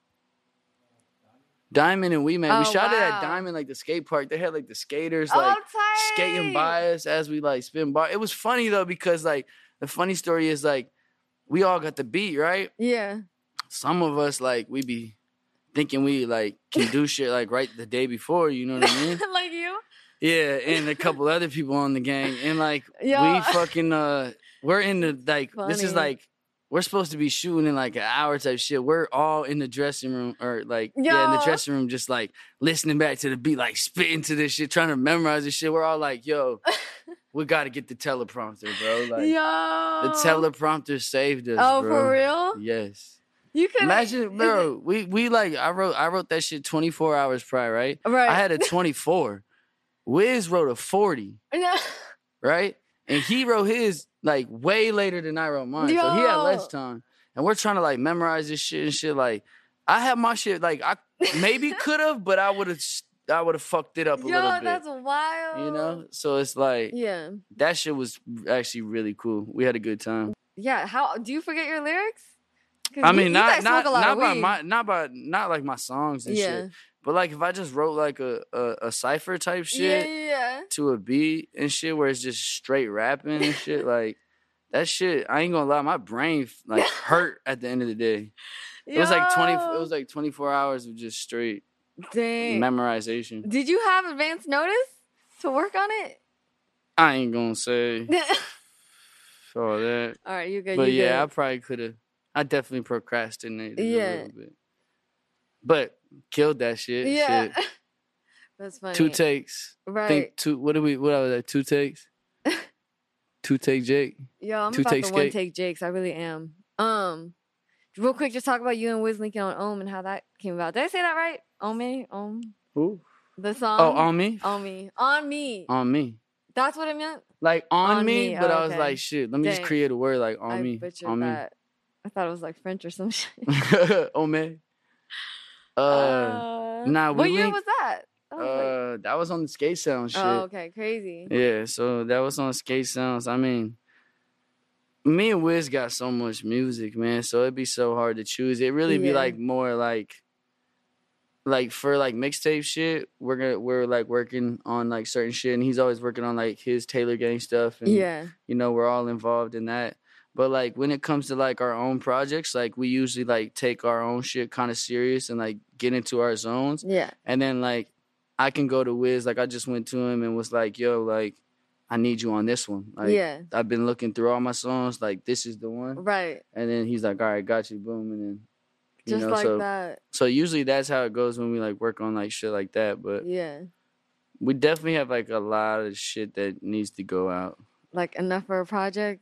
S2: Diamond and We Man. we
S1: Oh,
S2: shouted at
S1: wow.
S2: Diamond like the skate park. They had like the skaters
S1: oh,
S2: like
S1: tight.
S2: skating by us as we like spin by. It was funny though because like the funny story is like we all got the beat right.
S1: Yeah.
S2: Some of us like we be thinking we like can do shit like right the day before. You know what I mean?
S1: like you?
S2: Yeah, and a couple other people on the gang and like we
S1: Yo.
S2: fucking uh we're in the like this is
S1: Funny.
S2: like. We're supposed to be shooting in like an hour type shit. We're all in the dressing room or like yeah, in the
S1: Yo.
S2: dressing room just like listening back to the beat, like spitting to this shit, trying to memorize this shit. We're all like, yo, we gotta get the teleprompter, bro. Like
S1: Yo.
S2: the teleprompter saved us.
S1: Oh,
S2: bro.
S1: for real?
S2: Yes.
S1: You could
S2: Imagine, bro. We we like I wrote I wrote that shit 24 hours prior, right?
S1: Right.
S2: I had a 24. Wiz wrote a 40, right? And he wrote his like way later than I wrote mine. So he had less
S1: Yo.
S2: time. And we're trying to like memorize this shit and shit. Like I had my shit like I maybe could have, but I would have I would have fucked it up a
S1: Yo,
S2: little bit.
S1: that's wild.
S2: you know? So it's like
S1: Yeah.
S2: that shit was actually really cool. We had a good time.
S1: Yeah. How do you forget your lyrics? 'Cause
S2: I
S1: you-
S2: mean,
S1: you
S2: not
S1: guys smoke
S2: not
S1: a lot
S2: not
S1: of
S2: by
S1: weed.
S2: my not by not like my songs and
S1: yeah.
S2: shit. But like if I just wrote like a a, a cipher type
S1: yeah.
S2: shit
S1: Yeah.
S2: to a beat and shit where it's just straight rapping and shit like. That shit, I ain't gonna lie, my brain like hurt at the end of the day.
S1: yeah.
S2: It was like twenty,
S1: Yo.
S2: it was like twenty four hours of just straight
S1: Dang.
S2: memorization.
S1: Did you have advance notice? to work on it?
S2: I ain't gonna say all that.
S1: All right, you good.
S2: But
S1: you
S2: yeah, I
S1: good.
S2: probably could have. I definitely procrastinated a
S1: Yeah.
S2: little bit, but killed that shit.
S1: yeah.
S2: shit.
S1: That's funny.
S2: Two takes.
S1: right.
S2: Think two. What did we? What was that? Two takes. two take Jake.
S1: Yo, I'm
S2: Two
S1: about
S2: takes
S1: the one
S2: skate.
S1: take Jakes. I really am. Um, real quick, just talk about you and Wiz Lincoln on Ohm and how that came about. Did I say that right? Omi, Ohm,
S2: Who?
S1: the song.
S2: oh, on me.
S1: on me, on me.
S2: On me.
S1: That's what it meant.
S2: Like on,
S1: On
S2: me,
S1: me,
S2: but
S1: oh,
S2: I was
S1: okay.
S2: like, shit. Let me just
S1: Dang.
S2: create a word like on
S1: I
S2: me.
S1: butchered
S2: On me.
S1: that. I thought it was like French or some shit.
S2: oh man. Uh,
S1: Oh,
S2: uh,
S1: Uh,
S2: nah, we
S1: what year
S2: linked-
S1: was that? That was, like-
S2: that was on the skate sound shit.
S1: oh, okay, crazy.
S2: Yeah, so that was on Skate Sounds. I mean, me and Wiz got so much music, man. So it'd be so hard to choose. It really be
S1: Yeah.
S2: like more like, like for like mixtape shit. We're gonna we're like working on like certain shit, and he's always working on like his Taylor Gang stuff. And,
S1: Yeah,
S2: you know we're all involved in that but like when it comes to like our own projects like we usually like take our own shit kind of serious and like get into our zones
S1: yeah,
S2: and then like i can go to wiz like i just went to him and was like yo like i need you on this one like
S1: yeah. Mm-hmm.
S2: i've been looking through all my songs like this is the one
S1: Right,
S2: and then he's like all right got you boom and then you
S1: just
S2: know
S1: like
S2: so
S1: that.
S2: so usually that's how it goes when we like work on like shit like that but
S1: Yeah,
S2: we definitely have like a lot of shit that needs to go out
S1: like enough for a project.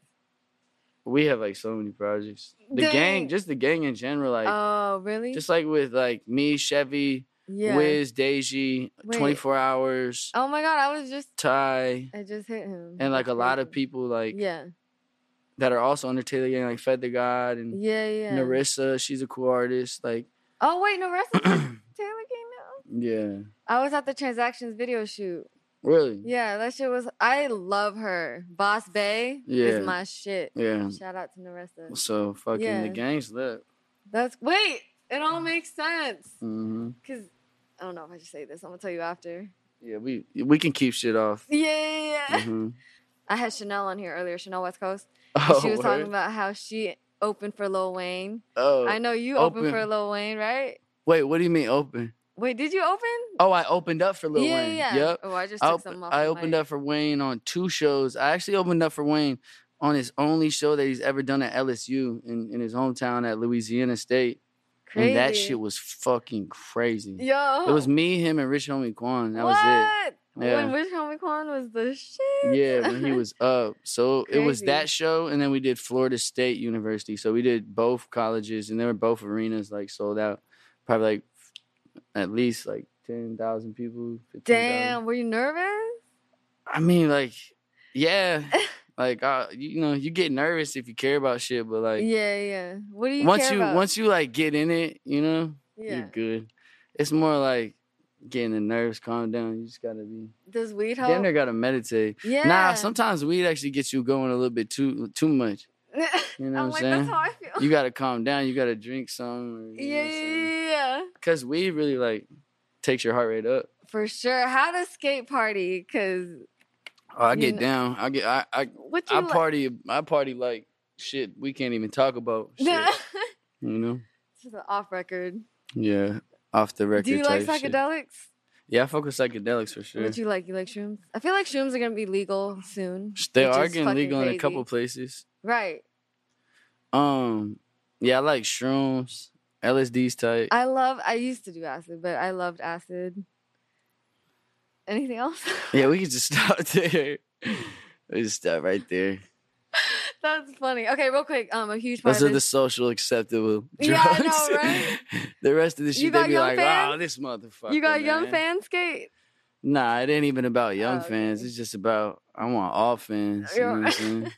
S2: We have like so many projects. The
S1: Dang.
S2: gang, just the gang in general, like
S1: oh, really?
S2: just like with like me, Chevy,
S1: yeah.
S2: Wiz, Deji,
S1: Wait.
S2: Twenty Four Hours,
S1: Oh my God, I was just
S2: Ty,
S1: I just hit him.
S2: and like
S1: That's
S2: a lot of
S1: crazy.
S2: people like
S1: Yeah,
S2: that are also under Taylor Gang, like Fed the God and
S1: yeah, yeah.
S2: um, Narissa. She's a cool artist. Like
S1: Oh wait, Narissa Taylor Gang now.
S2: yeah,
S1: I was at the transactions video shoot.
S2: really,
S1: Yeah, that shit was. I love her. Boss Bay
S2: Yeah.
S1: is my shit.
S2: yeah.
S1: Shout out to Narissa.
S2: So fucking
S1: Yeah.
S2: the gang's lit.
S1: That's wait. It
S2: uh,
S1: all makes sense.
S2: hmm
S1: Cause I don't know if I should say this. I'm gonna tell you after.
S2: Yeah, we we can keep shit off.
S1: Yeah, yeah, yeah.
S2: hmm
S1: I had Chanel on here earlier. Chanel West Coast.
S2: Oh,
S1: she was
S2: word?
S1: talking about how she opened for Lil Wayne.
S2: Oh,
S1: I know you opened for
S2: open.
S1: Lil Wayne, right?
S2: wait, what do you mean open?
S1: Wait, did you open?
S2: Oh, I opened up for Lil
S1: yeah,
S2: Wayne.
S1: yeah.
S2: Yep.
S1: Oh, I just
S2: I,
S1: took
S2: op-
S1: some off.
S2: I
S1: the
S2: opened
S1: mic.
S2: up for Wayne on two shows. I actually opened up for Wayne on his only show that he's ever done at LSU in, in his hometown at Louisiana State.
S1: Crazy.
S2: And that shit was fucking crazy.
S1: Yo.
S2: It was me, him, and Rich Homie Quan. That was
S1: what?
S2: Yeah.
S1: When Wish Homie Kwan was the
S2: it.
S1: shit.
S2: Yeah, when he was up. So it was
S1: Crazy.
S2: that show, and then we did Florida State University. So we did both colleges, and they were both arenas like sold out. Probably like at least like 10,000 people. 15,000.
S1: Damn, were you nervous?
S2: I mean, like, yeah, like, uh, you know, you get nervous if you care about shit, but like,
S1: yeah, yeah. What do you
S2: once
S1: care
S2: you
S1: about?
S2: once you like get in it, you know,
S1: yeah.
S2: you're good. It's more like getting the nerves calm down. You just gotta be.
S1: Does weed help?
S2: Damn, near gotta meditate.
S1: yeah.
S2: Nah, sometimes weed actually gets you going a little bit too too much. You know
S1: I'm
S2: what
S1: like,
S2: I'm saying?
S1: that's how I feel.
S2: You gotta calm down. You gotta drink some.
S1: yeah, yeah, yeah, yeah.
S2: Because weed really like takes your heart rate up.
S1: For sure. How the skate party? Cause
S2: Oh, I
S1: You
S2: get
S1: kn-
S2: down. I get. I I,
S1: what you
S2: I
S1: like?
S2: party. I party like shit. We can't even talk about. Shit. You know?
S1: This is an off record.
S2: Yeah. Off the record.
S1: Do you like
S2: type shit.
S1: psychedelics?
S2: Yeah, I fuck with psychedelics for sure.
S1: What you like? You like shrooms? I feel like shrooms are gonna be legal soon.
S2: they
S1: which
S2: are
S1: is
S2: getting
S1: fucking
S2: legal in a couple
S1: crazy.
S2: places.
S1: Right.
S2: Um, yeah, I like shrooms, LSD's type.
S1: I love. I used to do acid, but I loved acid. Anything else?
S2: yeah, we could just stop there. we just stop right there.
S1: That's funny. Okay, real quick. Um, a huge part
S2: Those are
S1: of
S2: the
S1: this.
S2: social acceptable drugs.
S1: Yeah, I know, right?
S2: the rest of the
S1: You
S2: shit,
S1: got
S2: they be
S1: young
S2: like,
S1: fans?
S2: "Oh, this motherfucker."
S1: you got young
S2: man."
S1: fan skate.
S2: Nah, it ain't even about young
S1: Oh, okay.
S2: fans. It's just about I want all fans. You know what I'm saying?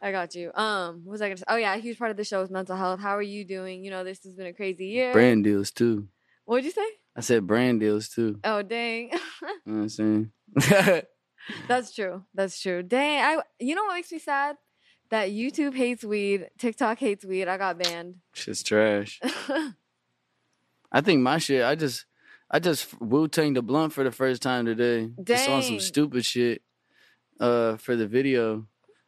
S1: I got you. Um, what was I gonna say? Oh yeah, a huge part of the show is mental health. How are you doing? You know, this has been a crazy year.
S2: brand deals too.
S1: What'd you say?
S2: I said brand deals too.
S1: Oh dang,
S2: You know what I'm saying?
S1: that's true. That's true. Dang, I. You know what makes me sad? That YouTube hates weed. TikTok hates weed. I got banned.
S2: Shit's trash. I think my shit. I just, I just Wu Tang the blunt for the first time today. Just on
S1: Dang.
S2: some stupid shit, uh, for the video,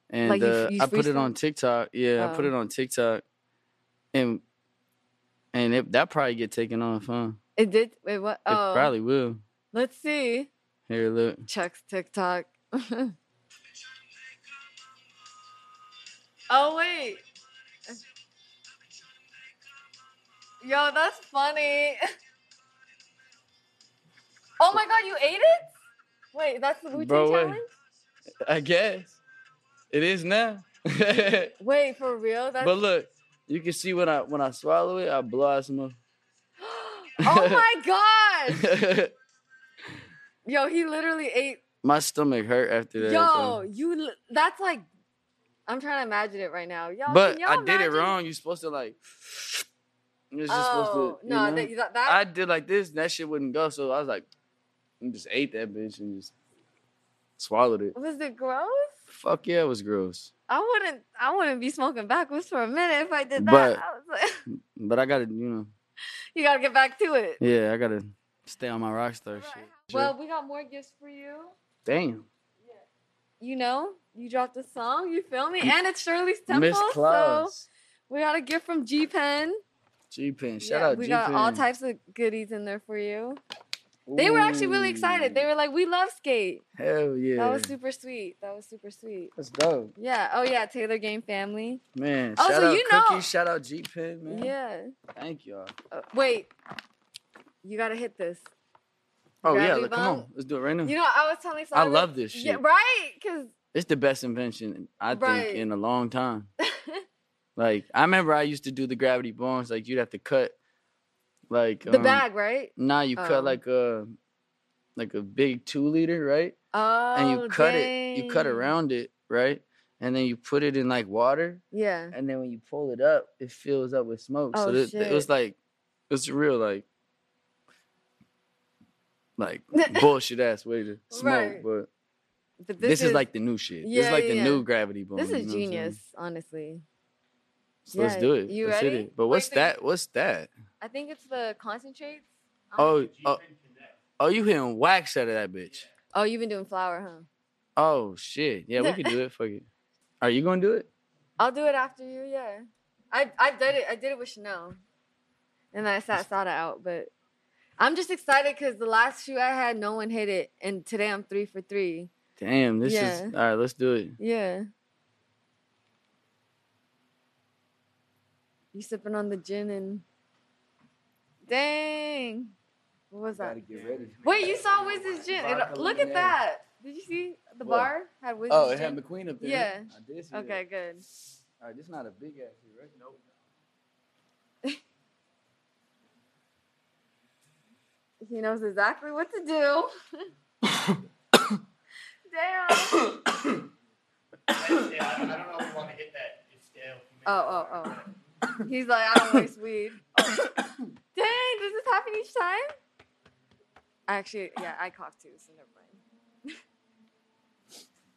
S2: and
S1: Like you f-
S2: uh,
S1: you
S2: I put it on
S1: freestyle?
S2: TikTok. Yeah, I put
S1: Oh.
S2: it on TikTok, and and it, that probably get taken off, huh?
S1: It did. Wait, what?
S2: It
S1: Oh,
S2: probably will.
S1: Let's see.
S2: Here, look.
S1: Chuck's TikTok. oh wait. Yo, that's funny. oh my god, you ate it? Wait, that's the Wu
S2: Bro, wait.
S1: challenge?
S2: I guess it is now. but
S1: Wait, for real? That's
S2: look, you can see when I when I swallow it, I blow out some. of-
S1: Oh my gosh! Yo, he literally ate
S2: My stomach hurt after that.
S1: Yo,
S2: so-
S1: you l- that's like I'm trying to imagine it right now. Yo,
S2: but
S1: can y'all
S2: I did it
S1: imagine-
S2: wrong. You're supposed to like. It's just
S1: Oh,
S2: supposed to. you
S1: no,
S2: know?
S1: that, that, that
S2: I did like this. and That shit wouldn't go. So I was like, I just ate that bitch and just swallowed it.
S1: was it gross?
S2: Fuck yeah, it was gross.
S1: I wouldn't I wouldn't be smoking backwards for a minute if I did that.
S2: But-
S1: I was like,
S2: But I gotta, you know,
S1: you gotta get back to it.
S2: yeah, I gotta stay on my rock star shit.
S1: Well, we got more gifts for you.
S2: damn,
S1: You know, you dropped a song, you feel me? And it's Shirley's Temple.
S2: Miss Claus,
S1: So we got a gift from G Pen.
S2: G Pen, shout out
S1: we
S2: G
S1: got
S2: Pen.
S1: all types of goodies in there for you. They were actually really excited. They were like, We love skate.
S2: Hell yeah,
S1: That was super sweet. That was super sweet.
S2: That's dope,
S1: Yeah. Oh yeah, Taylor Game Family.
S2: man.
S1: Oh,
S2: shout
S1: so
S2: out
S1: you know-
S2: Cookie, shout out G Pen, man.
S1: Yeah.
S2: Thank y'all.
S1: Uh, wait. You gotta hit this.
S2: Oh
S1: gotta
S2: yeah,
S1: do
S2: look, come
S1: both.
S2: on, let's do it right now.
S1: You know, I was telling someone
S2: love this
S1: Yeah,
S2: shit.
S1: right? Cause
S2: it's the best invention I
S1: Right.
S2: think in a long time. like I remember I used to do the gravity bombs. Like you'd have to cut, like
S1: the bag, right?
S2: Now you
S1: Oh.
S2: cut like a like a big two liter, right?
S1: Oh.
S2: and you cut it, you cut
S1: dang.
S2: around it, right? And then you put it in like water,
S1: Yeah.
S2: and then when you pull it up, it fills up with smoke.
S1: Oh,
S2: so it, it was
S1: shit.
S2: like it's a real like like bullshit ass way to smoke,
S1: Right.
S2: but
S1: But
S2: this, is, like the new shit. this
S1: Yeah,
S2: is like
S1: yeah,
S2: the
S1: yeah.
S2: new gravity bomb.
S1: This
S2: you know
S1: is
S2: what I'm saying?
S1: genius, honestly.
S2: So let's
S1: Yeah,
S2: do it.
S1: you
S2: let's
S1: ready?
S2: hit it. But what's
S1: Wait, wait.
S2: that? What's that?
S1: I think it's the concentrates. I don't
S2: Oh, oh, oh, you hitting wax out of that bitch.
S1: Oh, you've been doing flower, huh?
S2: Oh shit. Yeah, we could do it. Fuck it. Are you gonna do it?
S1: I'll do it after you, yeah. I I did it. I did it with Chanel, and then I sat Sada out. But I'm just excited because the last shoe I had, no one hit it, and today I'm three for three.
S2: Damn, this
S1: Yeah.
S2: is all right, let's do it.
S1: Yeah. You sipping on the gin and dang, what was that?
S2: get ready.
S1: Wait, you saw Wiz's gin? It-
S2: Vodka
S1: look at
S2: lemonade.
S1: that. Did you see the
S2: What?
S1: bar had Wiz's
S2: Oh, it
S1: gin?
S2: had McQueen up there.
S1: Yeah.
S2: I did see that.
S1: Okay, good.
S2: All right, this not a big ass here, right? Nope.
S1: He knows exactly what to do. Damn.
S3: I, I don't know if we want to hit that. It's stale.
S1: Oh, oh, oh. He's like, I don't waste weed. Dang, does this happen each time? Actually, yeah, I cough too, so never mind.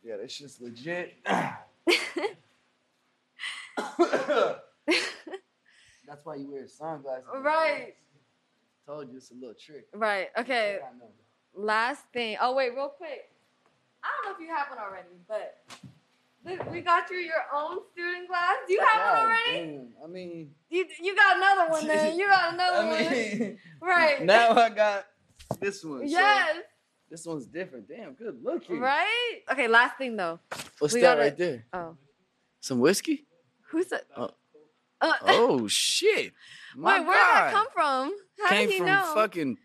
S2: Yeah, that's just legit. that's why you wear sunglasses.
S1: Right,
S2: Told you it's a little trick.
S1: right. Okay,
S2: I know.
S1: last thing. Oh, wait, real quick. I don't know if you have one already, but th- we got you your own student glass. Do you have one
S2: God
S1: already?
S2: damn, I mean,
S1: You, you got another one then. You got another
S2: I
S1: one.
S2: mean,
S1: Right.
S2: now uh, I got this one. so
S1: Yes.
S2: this one's different. Damn, good looking.
S1: Right? Okay, last thing though.
S2: What's
S1: We
S2: that
S1: gotta-
S2: right there?
S1: Oh,
S2: Some whiskey?
S1: who said?
S2: Oh.
S1: Uh,
S2: Oh shit! My
S1: wait, where did that
S2: God.
S1: come from? How
S2: Came
S1: did he
S2: from
S1: know?
S2: fucking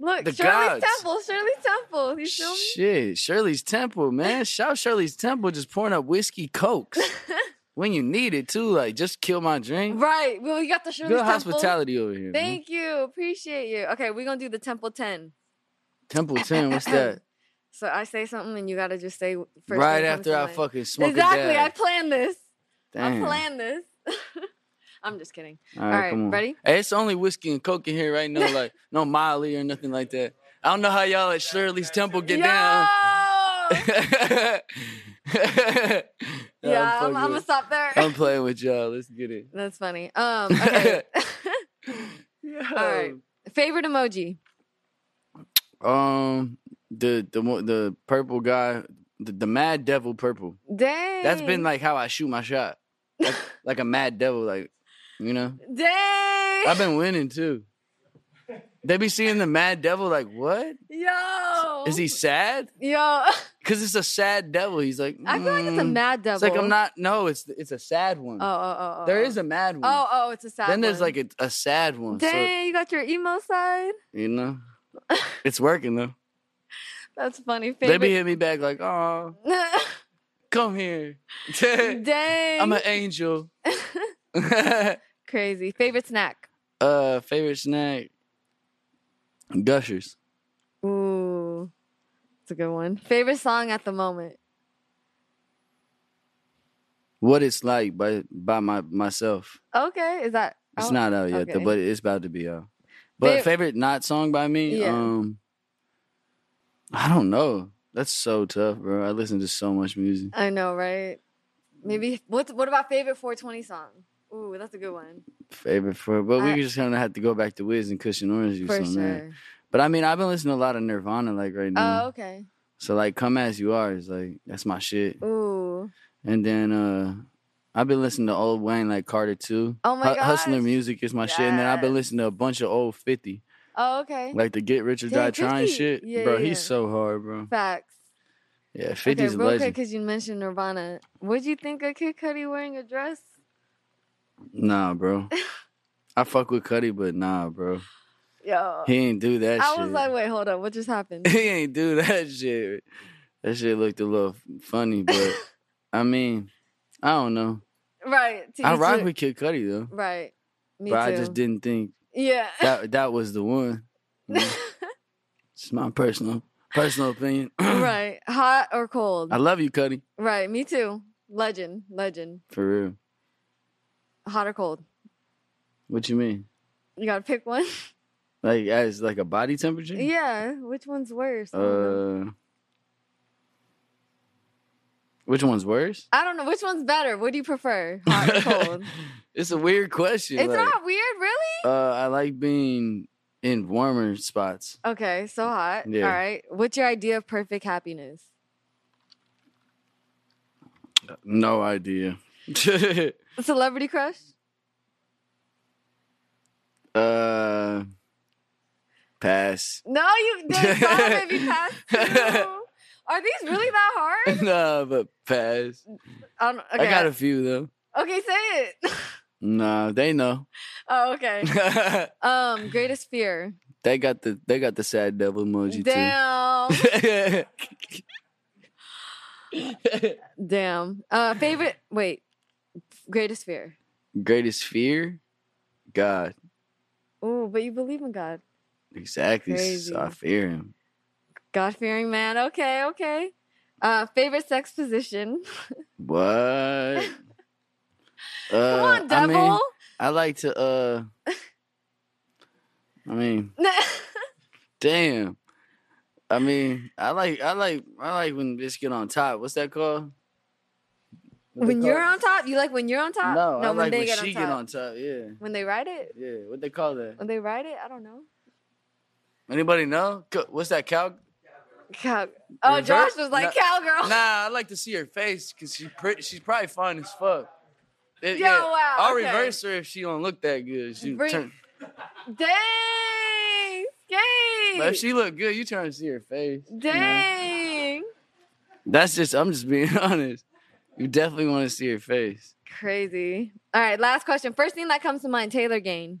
S1: Look,
S2: the
S1: Shirley
S2: gods.
S1: Temple, Shirley Temple. You feel me?
S2: shit. Shirley's Temple, man. Shout Shirley's Temple, just pouring up whiskey cokes when you need it too. Like, just kill my drink.
S1: Right. Well, you got the Shirley
S2: Good
S1: Temple.
S2: hospitality over here. man.
S1: Thank you. Appreciate you. Okay, we're gonna do the Temple Ten.
S2: Temple Ten. What's that?
S1: So I say something and you gotta just say first. thing
S2: right
S1: that comes
S2: after
S1: to
S2: I
S1: mind.
S2: fucking smoke a
S1: Exactly. I
S2: dab.
S1: planned this.
S2: Damn.
S1: I planned this. I'm just kidding.
S2: All
S1: All right,
S2: come on.
S1: ready?
S2: Hey, it's only whiskey and coke in here right now. Like, no Miley or nothing like that. I don't know how y'all at Shirley's Temple get
S1: Yo!
S2: down. yeah,
S1: yeah, I'm,
S2: fucking
S1: I'm gonna
S2: with-
S1: stop there.
S2: I'm playing with y'all. Let's get it.
S1: That's funny. Um, okay. right. Favorite emoji?
S2: Um, the the mo- the purple guy, the, the Mad Devil purple.
S1: Dang.
S2: That's been like how I shoot my shot, like, like a Mad Devil, like you know.
S1: Dang.
S2: I've been winning too. They be seeing the Mad Devil, like what?
S1: Yo.
S2: Is he sad?
S1: Yo,
S2: Because it's a sad devil. He's like,
S1: I feel like it's a
S2: "Mm."
S1: mad devil.
S2: It's like I'm not. No, it's it's a sad one.
S1: Oh, oh, oh, oh.
S2: there
S1: oh.
S2: is a mad one.
S1: Oh, oh, it's a sad.
S2: then there's
S1: one.
S2: like a, a sad one.
S1: Dang, you got your emo side.
S2: So you know, it's working though.
S1: That's funny.
S2: They
S1: Favorite.
S2: be hit me back like, oh, come here.
S1: Dang.
S2: I'm an angel. uh,
S1: Crazy. Favorite snack.
S2: favorite snack. Gushers.
S1: Ooh, it's a good one. Favorite song at the moment.
S2: What it's like by by my myself.
S1: Okay, is that?
S2: It's
S1: out?
S2: not out yet, though,
S1: Oh, okay.
S2: but it's about to be out. But
S1: Fav-
S2: favorite not song by me?
S1: Yeah.
S2: Um I don't know. That's so tough, bro. I listen to so much music.
S1: I know, right? Maybe. What? What about favorite 420 song? Ooh, that's a good one
S2: Favorite for but
S1: I-
S2: we just gonna have to go back to Wiz and Cushion Orange Juice
S1: for
S2: on that.
S1: sure.
S2: But I mean I've been listening to a lot of Nirvana like right
S1: Oh,
S2: now.
S1: okay.
S2: So like Come As You Are is like that's my shit.
S1: Ooh,
S2: And then uh I've been listening to old Wayne like Carter too.
S1: Oh my
S2: Hu- Hustler
S1: gosh.
S2: music is my shit. And then I've been
S1: Yes.
S2: listening to a bunch of old fifty.
S1: oh, okay.
S2: Like the Get Rich or
S1: Dang,
S2: Die Trying
S1: 50.
S2: shit.
S1: Yeah,
S2: bro,
S1: yeah, yeah.
S2: he's so hard, bro.
S1: Facts.
S2: Yeah, 50's
S1: Okay,
S2: a
S1: real
S2: legend.
S1: quick, because you mentioned Nirvana. Would you think of Kid Cudi wearing a dress?
S2: Nah, bro. I fuck with Cuddy, but nah, bro.
S1: Yo,
S2: He ain't do that
S1: I
S2: shit.
S1: was like, wait, hold up, what just happened?
S2: he ain't do that shit. That shit looked a little funny, but I mean, I don't know.
S1: right. to
S2: I
S1: each
S2: rock
S1: their-
S2: with Kid Cuddy though,
S1: Right. Me
S2: but I
S1: too.
S2: just didn't think
S1: Yeah.
S2: that that was the one. you know? it's my personal personal opinion.
S1: right. Hot or cold?
S2: I love you, Cuddy,
S1: right. Me too. Legend. Legend.
S2: for real.
S1: Hot or cold?
S2: What you mean?
S1: You gotta pick one.
S2: Like as like a body temperature?
S1: yeah. Which one's worse? I don't know.
S2: Uh, which one's worse?
S1: I don't know which one's better. What do you prefer? Hot or cold?
S2: It's a weird question.
S1: it's
S2: like-
S1: not weird, really.
S2: Uh, I like being in warmer spots.
S1: Okay, so hot.
S2: Yeah.
S1: All right. What's your idea of perfect happiness?
S2: Uh, No idea.
S1: Celebrity crush?
S2: uh, pass.
S1: No, you did not baby pass two. Are these really that hard?
S2: nah, but pass.
S1: I, don't, okay.
S2: I got a few though.
S1: okay, say it.
S2: Nah, they know.
S1: Oh, okay. Um, greatest fear.
S2: they got the they got the sad devil emoji
S1: Damn.
S2: too.
S1: Damn. Uh, favorite. Wait. Greatest fear.
S2: Greatest fear, God.
S1: Ooh, but you believe in God.
S2: Exactly.
S1: Crazy.
S2: So I fear him.
S1: God fearing man. Okay, okay. Uh, favorite sex position.
S2: What? uh,
S1: Come on,
S2: I
S1: devil.
S2: mean, I like to. uh I mean, damn. I mean, I like, I like, I like when bitch get on top. What's that called? What they
S1: when
S2: call
S1: you're
S2: it?
S1: on top, you like Uh, when you're on top.
S2: No, I like when,
S1: get
S2: she
S1: top.
S2: get on top. Yeah,
S1: When they ride it.
S2: yeah. What they call that?
S1: When they ride it. I don't know.
S2: Anybody know? Co- What's that cow?
S1: Cow- oh,
S2: Reverse?
S1: Josh was like
S2: No.
S1: cowgirl.
S2: Nah, I like to see her face because she pretty. She's probably fine as fuck. It-
S1: Yo, wow,
S2: I'll
S1: okay.
S2: reverse her if she don't look that good. She
S1: Bring-
S2: turn,
S1: Dang. Skate.
S2: but if she look good, you trying to see her face. you know?
S1: Dang.
S2: That's just. I'm just being honest. You definitely want to see her face.
S1: Crazy. All right, last question. First thing that comes to mind, Taylor Gain.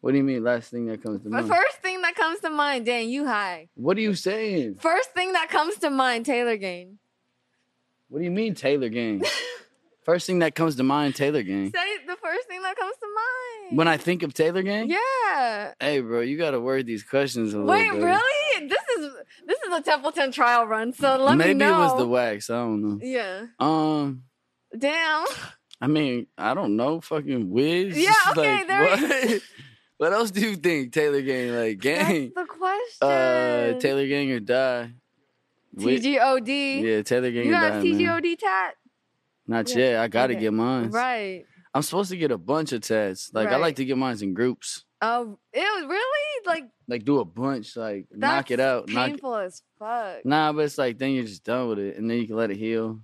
S2: What do you mean? Last thing that comes to
S1: But
S2: mind.
S1: first thing that comes to mind, dang, you high.
S2: What are you saying?
S1: First thing that comes to mind, Taylor Gain.
S2: What do you mean Taylor gang? First thing that comes to mind, Taylor gang.
S1: Say the first thing that comes to mind.
S2: When I think of Taylor gang,
S1: yeah.
S2: hey bro, you gotta word these questions a
S1: Wait,
S2: little bit.
S1: really? This is this is a Templeton trial run, so let
S2: Maybe
S1: me know.
S2: it was the wax. I don't know.
S1: Yeah.
S2: Um,
S1: Damn.
S2: I mean, I don't know. Fucking Wiz.
S1: Yeah, okay,
S2: like,
S1: there it
S2: what? what else do you think Taylor gang? Like gang,
S1: That's the question.
S2: uh, Taylor gang or die? Wi-
S1: TGOD.
S2: yeah, Taylor gang
S1: You
S2: or
S1: got
S2: die.
S1: a
S2: man.
S1: TGOD tat?
S2: Not
S1: Yeah,
S2: yet. I gotta
S1: okay.
S2: get mine.
S1: Right.
S2: I'm supposed to get a bunch of tats. Like I
S1: Right.
S2: like to get mine in groups.
S1: Oh, it was really like
S2: like do a bunch, like
S1: that's
S2: knock it out. Knock it.
S1: Painful as fuck.
S2: Nah, but it's like then you're just done with it, and then you can let it heal.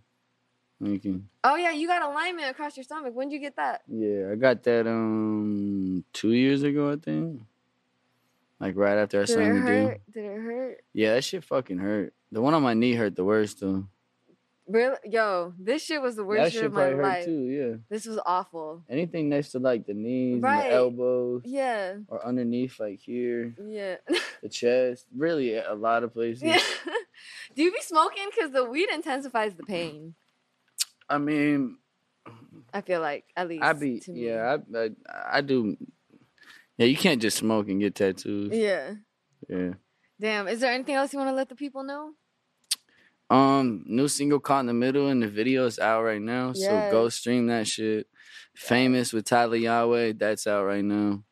S2: And you can.
S1: Oh yeah, you got alignment across your stomach. When would you get that?
S2: Yeah, I got that um two years ago, I think. Like right after I
S1: Did it
S2: slammed the dude.
S1: hurt? Did it hurt?
S2: Yeah, that shit fucking hurt. The one on my knee hurt the worst though.
S1: Really? Yo, this shit was the
S2: that
S1: worst
S2: shit
S1: shit of my
S2: probably hurt
S1: life.
S2: too. Yeah.
S1: This was awful.
S2: Anything next to like the knees, and
S1: Right.
S2: the elbows,
S1: Yeah.
S2: or underneath like here,
S1: Yeah.
S2: the chest. Really, a lot of places.
S1: yeah. Do you be smoking? Because the weed intensifies the pain.
S2: I mean,
S1: I feel like at least.
S2: I be
S1: to me.
S2: yeah, I, I I do. Yeah, you can't just smoke and get tattoos.
S1: Yeah.
S2: Yeah.
S1: Damn. Is there anything else you want to let the people know?
S2: Um, new single caught in the middle, and the video is out right now. So go stream that shit. Famous with Tyler Yahweh, that's out right now.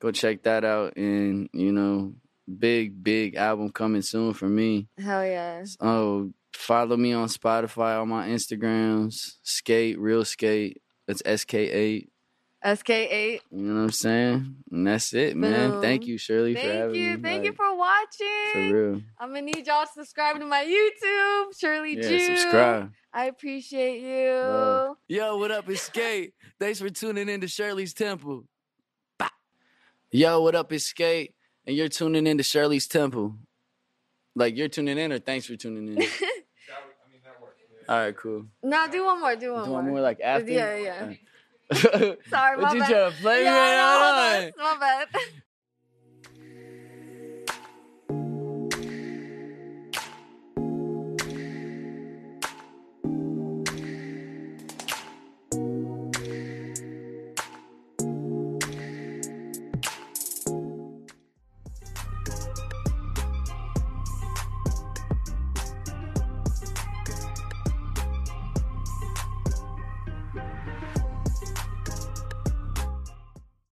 S2: Go check that out, and you know, big big album coming soon for me.
S1: Hell yeah.
S2: Oh, follow me on Spotify, on my Instagrams, Skate Real Skate. That's SK8.
S1: SK8.
S2: You know what I'm saying? And that's it, man.
S1: Boom.
S2: Thank you, Shirley, for
S1: Thank
S2: having
S1: you.
S2: me.
S1: Thank you
S2: Like,
S1: for watching.
S2: for real.
S1: I'm going to need y'all to subscribe to my YouTube, Shirley
S2: Yeah,
S1: Jew.
S2: subscribe.
S1: I appreciate you.
S2: Love. Yo, what up? It's Skate. Thanks for tuning in to Shirley's Temple. Bah. Yo, what up? It's Skate, and you're tuning in to Shirley's Temple. Like you're tuning in, or thanks for tuning in. All right, cool.
S1: No, do one more. Do one
S2: Do
S1: more.
S2: one more like after.
S1: Yeah, yeah.
S2: Sorry,
S1: Sorry,
S2: what
S1: my
S2: you
S1: bad.
S2: trying to play me?
S1: Yeah,
S2: right
S1: no,
S2: now?
S1: hold on. My bad.